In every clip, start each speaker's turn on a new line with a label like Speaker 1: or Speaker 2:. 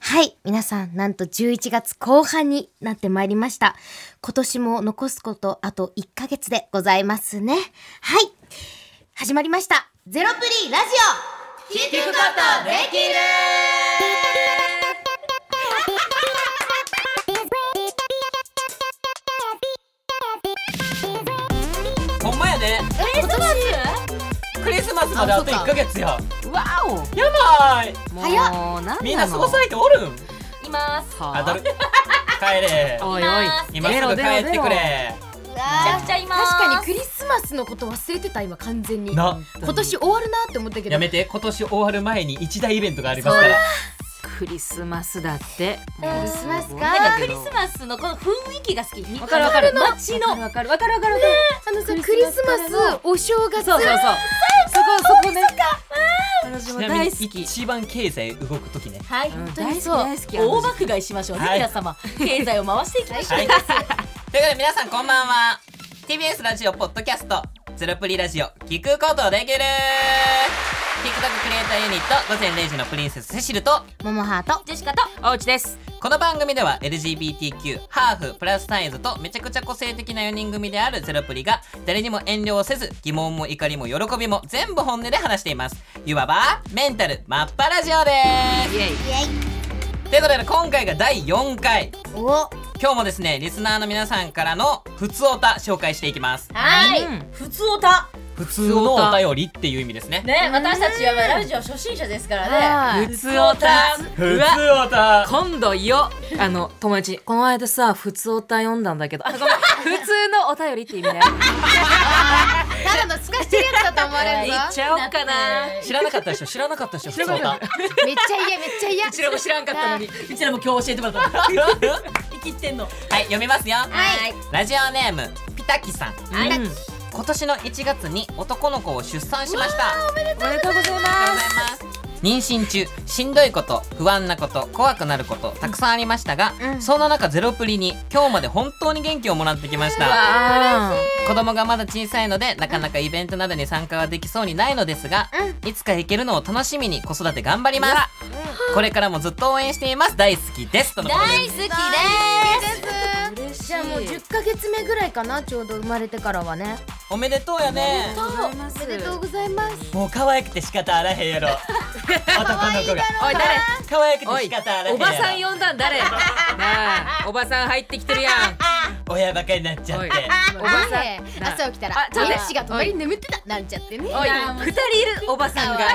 Speaker 1: はい。皆さん、なんと11月後半になってまいりました。今年も残すことあと1ヶ月でございますね。はい。始まりました。ゼロプリラジオ聞くことできる
Speaker 2: ほんまやね
Speaker 1: 今年
Speaker 2: クリスマスまであと1ヶ月や
Speaker 3: わお
Speaker 2: やばーい
Speaker 1: 早っ
Speaker 3: もうなんなの
Speaker 2: みんな過ごされておるん
Speaker 4: います。
Speaker 3: は
Speaker 2: あだる帰 れ
Speaker 3: おいおい
Speaker 2: 今すぐ帰ってくれ
Speaker 4: めちゃくちゃいます。
Speaker 1: 確かにクリスマスのこと忘れてた今完全に今
Speaker 2: な
Speaker 1: 年終わるなって思ったけど
Speaker 2: やめて今年終わる前に一大イベントがありますから
Speaker 3: クリスマスだってク
Speaker 1: リスマスか
Speaker 4: なんかク
Speaker 3: ク
Speaker 4: リ
Speaker 3: リ
Speaker 4: ス
Speaker 3: ス
Speaker 4: マスのこの雰囲気が好き。わ
Speaker 3: わかるわかる
Speaker 4: 街の
Speaker 3: わかるわかるわかるわかる
Speaker 1: あのさクリスマスお正月
Speaker 3: そうそうそうそこそこね私
Speaker 2: ち
Speaker 3: も
Speaker 2: なみ
Speaker 3: 大
Speaker 2: に
Speaker 3: 好き
Speaker 2: 一番経済動く時ね
Speaker 4: はい。
Speaker 3: うん
Speaker 1: 当
Speaker 3: 大
Speaker 1: に
Speaker 3: 好き
Speaker 1: そう
Speaker 3: 大好き
Speaker 4: 大爆買いしましょうね、
Speaker 2: はい
Speaker 4: 皆様経済を回していきましょう、
Speaker 2: はい ということで皆さんこんばんは TBS ラジオポッドキャストゼロプリラジオ聞くことできる TikTok クリエイターユニット午前0時のプリンセスセシルと
Speaker 1: モモハート
Speaker 4: ジェシカと
Speaker 3: おうちです
Speaker 2: この番組では LGBTQ ハーフプラスサイズとめちゃくちゃ個性的な4人組であるゼロプリが誰にも遠慮をせず疑問も怒りも喜びも全部本音で話していますいわばメンタルマッパラジオで
Speaker 3: イエイ
Speaker 2: すということで今回が第4回
Speaker 1: お
Speaker 2: 今日もですねリスナーの皆さんからの普通おた紹介していきます
Speaker 4: はい、
Speaker 3: うん
Speaker 4: 普通おた
Speaker 2: 普通のお便りっていう意味ですね
Speaker 4: ね私たちはラジオ初心者ですからね
Speaker 3: はい普通おたうわ
Speaker 2: おた
Speaker 3: 今度よあの友達にこの間さ普通おた読んだんだけどあごめん普通のお便りって意味だよ
Speaker 1: ただの透かしてるやつだと思わ れるぞ
Speaker 3: 言っちゃおうかな
Speaker 2: 知らなかったでしょ知らなかったでしょ普通おた
Speaker 1: めっちゃ嫌めっちゃ嫌
Speaker 3: うちらも知らんかったのに
Speaker 4: うちらも今日教えてもらった生きてんの
Speaker 2: はい読みますよ
Speaker 1: はい
Speaker 2: ラジオネームピタキさん
Speaker 3: うん
Speaker 1: はい
Speaker 2: 今年の1月に男の子を出産しましたおめでとう
Speaker 3: おめでとうございます
Speaker 2: 妊娠中しんどいこと不安なこと怖くなることたくさんありましたが、
Speaker 1: うん
Speaker 2: そんな中ゼロプリに今日まで本当に元気をもらってきました、
Speaker 3: わ
Speaker 2: 子供がまだ小さいのでなかなかイベントなどに参加はできそうにないのですが、いつか行けるのを楽しみに子育て頑張ります、これからもずっと応援しています大好きですとのことです
Speaker 4: 大好きです
Speaker 3: ー嬉しい
Speaker 1: じゃあもう
Speaker 3: あり
Speaker 1: 10ヶ月目ぐらいかなちょうど生まれてからはね
Speaker 2: おめでとうやね
Speaker 3: がとうございます
Speaker 1: おめでとうございます
Speaker 2: もう可愛くて仕方あらへんや ろ男の子が
Speaker 3: おい誰
Speaker 2: 可愛く
Speaker 3: お
Speaker 2: て
Speaker 3: い
Speaker 2: 仕方あらへんやろ
Speaker 3: おばさん呼んだん誰なあおばさん入ってきてるやん
Speaker 2: 親バカになっちゃっ
Speaker 3: おい
Speaker 2: て
Speaker 3: おばさん
Speaker 1: あれ
Speaker 3: な
Speaker 1: 朝起きたら
Speaker 3: あちょっと
Speaker 1: 私が隣に眠ってたなんちゃってね
Speaker 3: おい
Speaker 4: なあもう
Speaker 3: 二人いるおばさんが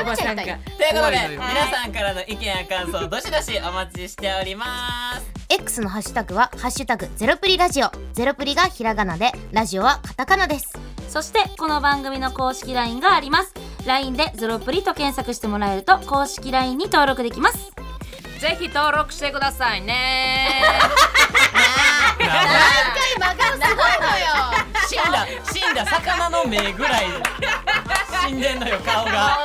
Speaker 3: おばさんが
Speaker 2: ということで、
Speaker 3: 怖いのよ
Speaker 2: 皆さんからの意見や感想どしどしお待ちしております
Speaker 1: X のハッシュタグはハッシュタグゼロプリラジオゼロプリがひらがなでラジオはカタカナです
Speaker 4: そしてこの番組の公式 LINE があります LINE でゼロプリと検索してもらえると公式 LINE に登録できます
Speaker 3: ぜひ登録してくださいね
Speaker 1: 今がすごいの よ
Speaker 2: 死んだ死んだ魚の目ぐらい死んでんのよ顔が
Speaker 1: や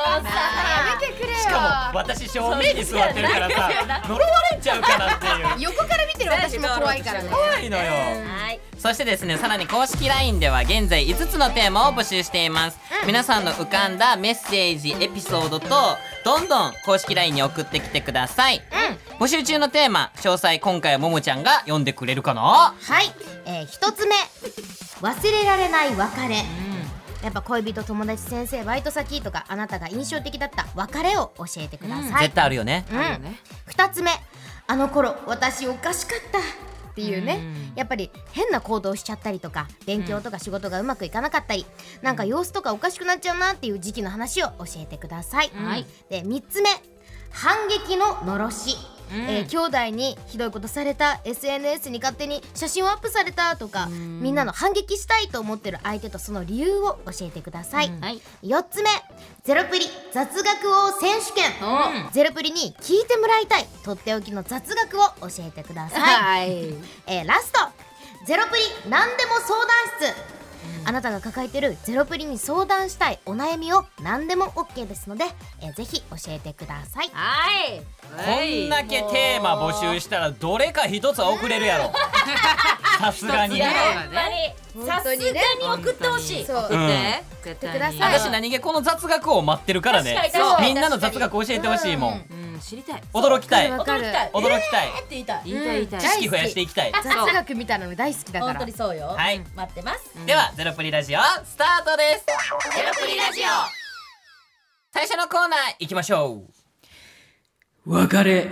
Speaker 1: めてくれよ
Speaker 2: しかも私正面に座ってるからさ呪われんちゃうかなっていう
Speaker 1: 横から見てる私も怖いからね
Speaker 2: 怖いの よ
Speaker 4: はい
Speaker 2: そしてですねさらに公式 LINE では現在5つのテーマを募集しています、皆さんの浮かんだメッセージエピソードとどんどん公式 LINE に送ってきてください、募集中のテーマ詳細今回はももちゃんが読んでくれるかな
Speaker 1: はい、えー、一つ目忘れられない別れやっぱ恋人友達先生バイト先とかあなたが印象的だった別れを教えてください
Speaker 2: 絶対あるよね、
Speaker 1: うん2つ目あの頃私おかしかったっていうね、やっぱり変な行動しちゃったりとか勉強とか仕事がうまくいかなかったり、なんか様子とかおかしくなっちゃうなっていう時期の話を教えてください、
Speaker 4: はい
Speaker 1: で3つ目反撃ののろし、えー兄弟にひどいことされた SNS に勝手に写真をアップされたとか、みんなの反撃したいと思ってる相手とその理由を教えてください、
Speaker 4: はい
Speaker 1: 4つ目ゼロプリ雑学王選手権
Speaker 3: お
Speaker 1: ゼロプリに聞いてもらいたいとっておきの雑学を教えてください、
Speaker 3: い
Speaker 1: えーラストゼロプリ何でも相談室、あなたが抱えてるゼロプリに相談したいお悩みを何でも OK ですので、えーぜひ教えてください
Speaker 4: はい
Speaker 2: こんだけテーマ募集したらどれか一つは遅れ るやろさすがに
Speaker 3: 一つね
Speaker 4: やっぱりさ
Speaker 1: 本
Speaker 4: す
Speaker 1: 当
Speaker 4: が
Speaker 1: にね
Speaker 4: に送ってほしい
Speaker 1: そう
Speaker 2: うん
Speaker 3: ね
Speaker 1: ってください
Speaker 2: 私何気この雑学を待ってるからね
Speaker 4: 確かに確かに
Speaker 2: みんなの雑学教えてほしいもん、
Speaker 3: うんうん、知りたい。
Speaker 2: 驚きたい
Speaker 1: わ
Speaker 2: 驚
Speaker 1: かるわかる
Speaker 2: きたい
Speaker 5: えーって言いたい
Speaker 3: 言いたい言いたい。
Speaker 2: 知識増やしていきたい
Speaker 1: 雑学みたいなの大好きだか
Speaker 5: 本
Speaker 1: ら
Speaker 5: 当にそうよ
Speaker 2: はい
Speaker 5: 待ってます
Speaker 2: ではゼロプリラジオスタートですゼロプリラジオ最初のコーナー行きましょ
Speaker 6: 別れ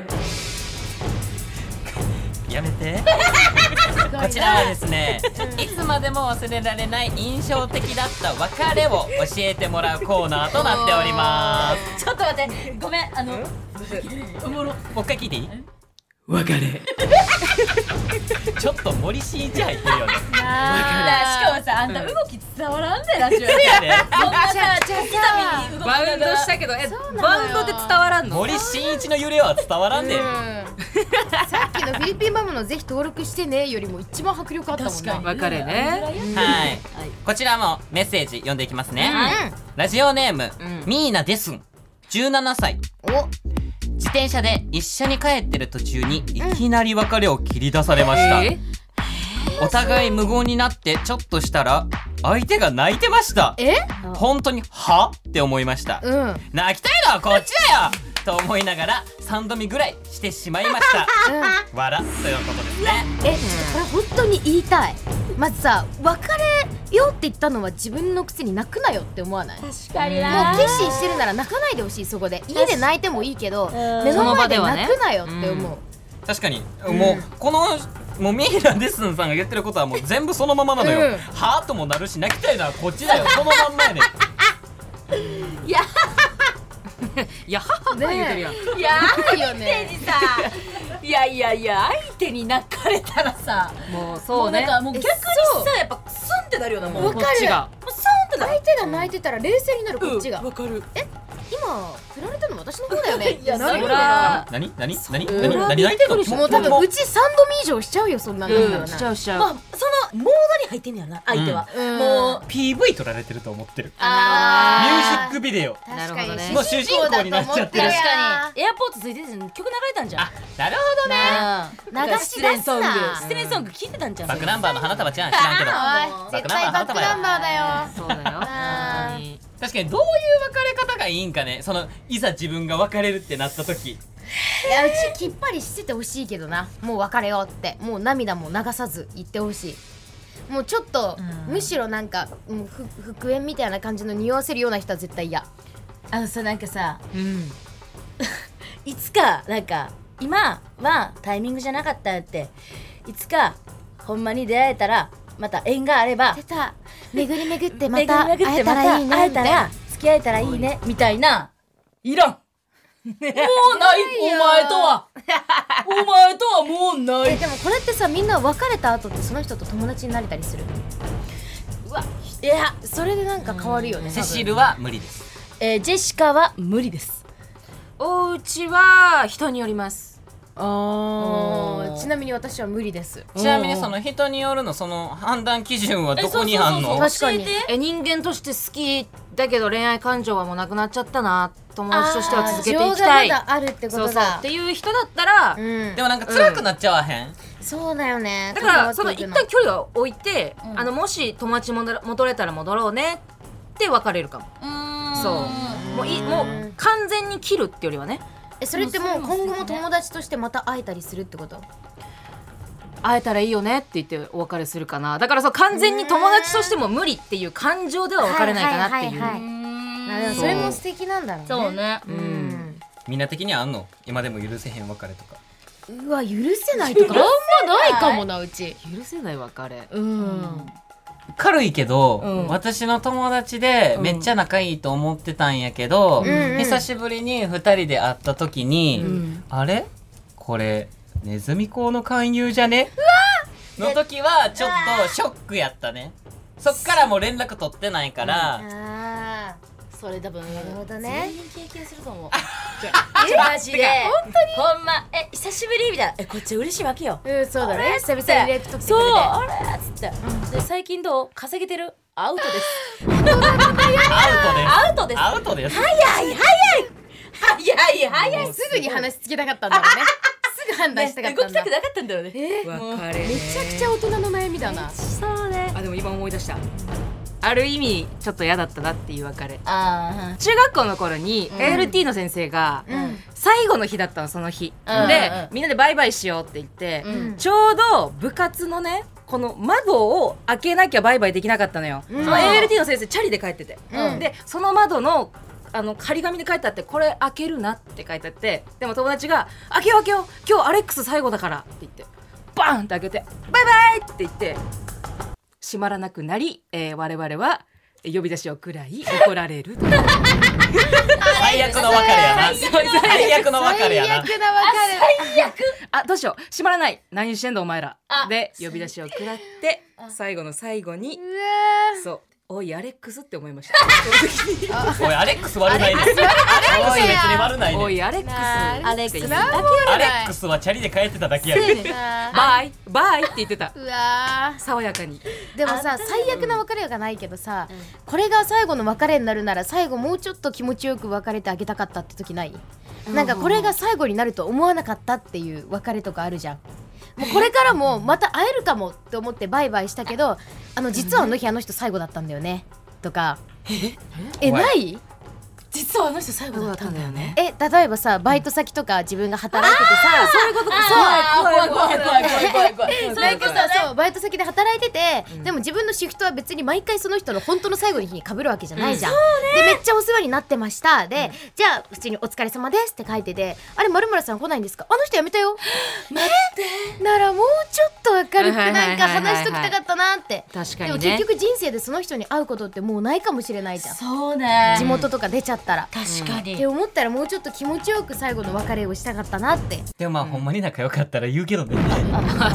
Speaker 2: うやめてこちらはですねいつまでも忘れられない印象的だった別れを教えてもらうコーナーとなっておりま
Speaker 5: ちょっと待ってごめんあの
Speaker 2: すもう一回聞いていい
Speaker 6: 別れ
Speaker 2: ちょっと森進一入ってるよね
Speaker 5: しかもさあんた動き伝わらんでラジオそん
Speaker 2: やね
Speaker 5: なさちょっと痛みに動き
Speaker 3: バウ
Speaker 5: な
Speaker 3: ン
Speaker 5: が
Speaker 3: ド
Speaker 5: ら
Speaker 3: したけど、え、バウンドで伝わらんの。
Speaker 2: 森進一の揺れは伝わらんね
Speaker 1: うん さっきのフィリピンママのぜひ登録してねよりも一番迫力あったもんな
Speaker 5: 確かに
Speaker 3: 別れね。
Speaker 2: はいこちらもメッセージ読んでいきますね、ラジオネーム、ミーナですん17歳
Speaker 1: お
Speaker 2: 自転車で一緒に帰ってる途中にいきなり別れを切り出されました、
Speaker 3: え
Speaker 2: お互い無言になってちょっとしたら相手が泣いてました
Speaker 1: え
Speaker 2: 本当にはって思いました、
Speaker 1: うんうん
Speaker 2: 泣きたいのはこっちだよと思いながら3度見ぐらいしてしまいました笑ということですね
Speaker 1: え、ちょっとこれ本当に言いたいまずさ別れようって言ったのは自分のくせに泣くなよって思わないもう
Speaker 5: 確かに
Speaker 1: 決心してるなら泣かないでほしいそこで家で泣いてもいいけど目
Speaker 3: そ
Speaker 1: の
Speaker 3: の
Speaker 1: 前
Speaker 3: 場
Speaker 1: で
Speaker 3: ではね
Speaker 1: 泣くなよって思う
Speaker 2: 確かに、もうこのもうミーラ・デスンさんが言ってることはもう全部そのままなのよ、
Speaker 1: うん
Speaker 2: はあともなるし泣きたいのはこっちだよそのまんまやね
Speaker 3: いや、ははは言うてるやん。
Speaker 5: いや
Speaker 1: いいよね
Speaker 5: さいやいやいや相手に泣かれたらさ
Speaker 3: もう、
Speaker 5: も
Speaker 3: そうう
Speaker 5: なん
Speaker 3: ね。
Speaker 5: かもう逆に
Speaker 1: そう
Speaker 5: さやっぱスンってなるよなもうも
Speaker 3: こ
Speaker 5: う
Speaker 3: っちが。
Speaker 5: スンってなる
Speaker 1: 相手が泣いてたら冷静になるこっちが
Speaker 5: うんわかる
Speaker 1: 今振られたの私の方だよね
Speaker 5: いや
Speaker 1: なるよ
Speaker 5: そら
Speaker 2: 何何何
Speaker 1: う
Speaker 2: 何何泣いてんの
Speaker 1: もう多分うち3度目以上しちゃうよそんなんだった
Speaker 3: う
Speaker 1: ら
Speaker 3: ん、し
Speaker 1: な
Speaker 3: ちゃうしちゃ
Speaker 5: まあ
Speaker 3: う。
Speaker 5: そのモードに入ってんねやろな相手は
Speaker 1: うん
Speaker 5: もう
Speaker 2: PV 撮られてると思ってるミュ
Speaker 1: あ
Speaker 2: ージックビデオ
Speaker 1: ー確か
Speaker 3: なるほどね
Speaker 1: に
Speaker 2: もう主人公になっちゃってる
Speaker 1: 主人公だと思
Speaker 5: 確
Speaker 1: や
Speaker 5: かにエアポートついてて曲流れたんじゃん
Speaker 2: あなるほどね
Speaker 5: あ
Speaker 1: 流し出すな
Speaker 5: 失恋ソング聞いてたんじゃん
Speaker 2: バックナンバーの花束ちゃん知らんけど
Speaker 1: おい絶対バックナンバーだよ
Speaker 3: そ うだよ。
Speaker 1: あー
Speaker 3: 本当に
Speaker 2: 確かにどういう別れ方がいいんかねそのいざ自分が別れるってなった時
Speaker 1: いやうちきっぱりしててほしいけどなもう別れようってもう涙も流さず言ってほしいもうちょっとむしろなんか、うん、ふ復縁みたいな感じの匂わせるような人は絶対嫌
Speaker 5: あのさなんかさ
Speaker 3: うん。
Speaker 5: いつかなんか今はタイミングじゃなかったっていつかほんまに出会えたらまた縁があれば
Speaker 1: 出た巡り巡ってま
Speaker 5: 巡り
Speaker 1: た
Speaker 5: 巡って
Speaker 1: 会えたらいいねみた
Speaker 5: 会え
Speaker 1: い
Speaker 5: た
Speaker 1: な
Speaker 5: ら付き合えたらいいねみたいないらんもうないお前とはお前とはもうな
Speaker 1: えでもこれってさみんな別れた後ってその人と友達になれたりする
Speaker 5: いや、
Speaker 1: それでなんか変わるよね
Speaker 2: セシルは無理です
Speaker 5: えージェシカは無理です
Speaker 3: お家は人によります。
Speaker 1: 多分ちなみに私は無理です
Speaker 2: ちなみにその人によるのその判断基準はどこに
Speaker 5: えそう
Speaker 2: あ
Speaker 5: そ
Speaker 2: ん
Speaker 5: うそう
Speaker 2: の
Speaker 1: 確かに
Speaker 5: 教えて
Speaker 3: え、人間として好きだけど、恋愛感情はもうなくなっちゃったな。友達としては続けていきたい。
Speaker 1: 情がまだあるってこ
Speaker 3: そ
Speaker 1: と
Speaker 3: うそう。
Speaker 1: だ
Speaker 3: っていう人だったら
Speaker 1: う。ん
Speaker 2: でもなんか辛くなっちゃわへん、
Speaker 1: そうだよね
Speaker 3: だからそ
Speaker 1: 関
Speaker 3: の
Speaker 1: わってい
Speaker 3: 一
Speaker 1: く
Speaker 3: 旦距離を置いて、あのもし友達戻ら戻れたら戻ろうねって別れるかもそうもういもう完全に切るってよりはね
Speaker 1: えそれってもう今後も友達としてまた会えたりするってこと
Speaker 3: 会えたらいいよねって言ってお別れするかなだからそう完全に友達としても無理っていう感情では別れないかなっていう、
Speaker 1: はははあでもそれも素敵なんだろうね
Speaker 5: そうね
Speaker 1: うん
Speaker 2: みんな的にはあんの今でも許せへん別れとか
Speaker 1: うわ許せないとかあんまないかもなうち
Speaker 3: 許せない別れ
Speaker 1: うん
Speaker 2: 軽いけど、
Speaker 3: うん
Speaker 2: 私の友達でめっちゃ仲いいと思ってたんやけど、
Speaker 1: ん
Speaker 2: 久しぶりに2人で会った時に、
Speaker 3: ん
Speaker 2: あれこれネズミ講の勧誘じゃねの時はちょっとショックやったねそっからもう連絡取ってないから、
Speaker 1: あ
Speaker 5: それ多分な
Speaker 1: ーなるほどね
Speaker 5: 経験すると思うマジで本当にほんまえ久しぶりみたいなえこっち嬉しいわけよ
Speaker 1: うんそうだ
Speaker 5: あ
Speaker 1: ね
Speaker 5: れ
Speaker 1: 久々に連絡取ってくれて
Speaker 5: そうあれっつって、で最近どう稼げてるアウトです
Speaker 2: ア
Speaker 5: ア
Speaker 2: ウ
Speaker 5: ウト
Speaker 2: トで
Speaker 5: です
Speaker 2: すアウトです
Speaker 5: 早い早い早い早い
Speaker 1: すぐに話しつけたかったんだろうね すぐ判断したかった
Speaker 5: 動
Speaker 1: ん
Speaker 5: き
Speaker 1: だ
Speaker 5: たくなかったんだよね
Speaker 1: えー
Speaker 3: 別れ
Speaker 1: めちゃくちゃ大人の悩みだな
Speaker 5: そうね
Speaker 3: あでも今思い出したある意味ちょっと嫌だったなっていう別れ
Speaker 5: あ
Speaker 3: 中学校の頃に ALT の先生が最後の日だったのその日、
Speaker 5: うん
Speaker 3: で、
Speaker 5: うん
Speaker 3: みんなでバイバイしようって言って、
Speaker 5: ん
Speaker 3: ちょうど部活のねこの窓を開けなきゃバイバイできなかったのよ、その ALT の先生チャリで帰ってて、
Speaker 5: うん
Speaker 3: でその窓のあの仮紙で書いてあってこれ開けるなって書いてあってでも友達が「開けよう開けよう今日アレックス最後だから」って言ってバーンって開けて「バイバイ!」って言って閉まらなくなり、えー我々は呼び出しをくらい怒られるという
Speaker 2: 最悪の別れやな最悪の別れやな
Speaker 1: なわかる。
Speaker 3: あどうしよう閉まらない何してんだお前らで呼び出しをくらって最後の最後にそう「おいアレックス」って思いましたその時に
Speaker 2: おいアレックス悪ないねおい別に悪ない
Speaker 3: お
Speaker 2: ね
Speaker 3: いアレックス
Speaker 4: アレックス
Speaker 3: な
Speaker 2: アレックスはチャリで帰ってただけやね
Speaker 3: バイバイって言ってた
Speaker 1: うわ
Speaker 3: 爽やかに
Speaker 1: ーでもさ最悪な別れがないけどさ、これが最後の別れになるなら最後もうちょっと気持ちよく別れてあげたかったって時ない、なんかこれが最後になると思わなかったっていう別れとかあるじ ゃんもうこれからもまた会えるかもって思ってバイバイしたけどあの実はあの日あの人最後だったんだよねとかえ
Speaker 2: 怖い
Speaker 1: ない
Speaker 5: 実はあの人最後だったんだよね
Speaker 1: え例えばさバイト先とか自分が働いててさそういうことか
Speaker 5: 怖い怖い怖い怖い怖い怖い
Speaker 1: なんかさそうバイト先で働いてて、でも自分のシフトは別に毎回その人の本当の最後の日に被るわけじゃないじゃん、でめっちゃお世話になってましたで、じゃあ普通に「お疲れ様です」って書いてて「あれまるさん来ないんですかあの人辞めたよ」えならもうちょっと明るくなんか話しときたかったなって
Speaker 3: 確
Speaker 1: でも結局人生でその人に会うことってもうないかもしれないじゃん
Speaker 5: そうね
Speaker 1: 地元とか出ちゃったら、
Speaker 5: 確か
Speaker 1: っ
Speaker 5: に
Speaker 1: て思ったらもうちょっと気持ちよく最後の別れをしたかったなって
Speaker 2: でもまあほんまに仲良かったら言うけど ね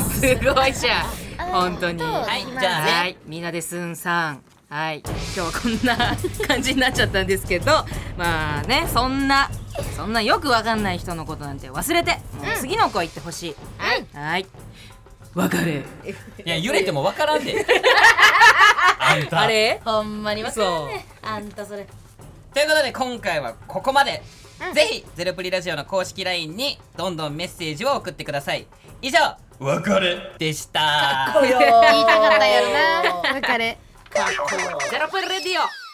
Speaker 3: すごいじゃん本当には
Speaker 2: はいじゃあね
Speaker 3: いみんなですんさんはい今日はこんな感じになっちゃったんですけどまあねそんなそんなよくわかんない人のことなんて忘れてもう次の子行ってほしい、はい
Speaker 6: 別れ
Speaker 2: いや揺れてもわからん であんた
Speaker 3: あれ
Speaker 4: ほんまにわかる
Speaker 3: そう
Speaker 4: ねあんたそれ
Speaker 2: ということで今回はここまで、ぜひゼロプリラジオの公式 LINE にどんどんメッセージを送ってください以上別れでした
Speaker 1: 言いたかったやろな別れ
Speaker 3: ゼロプリレディオ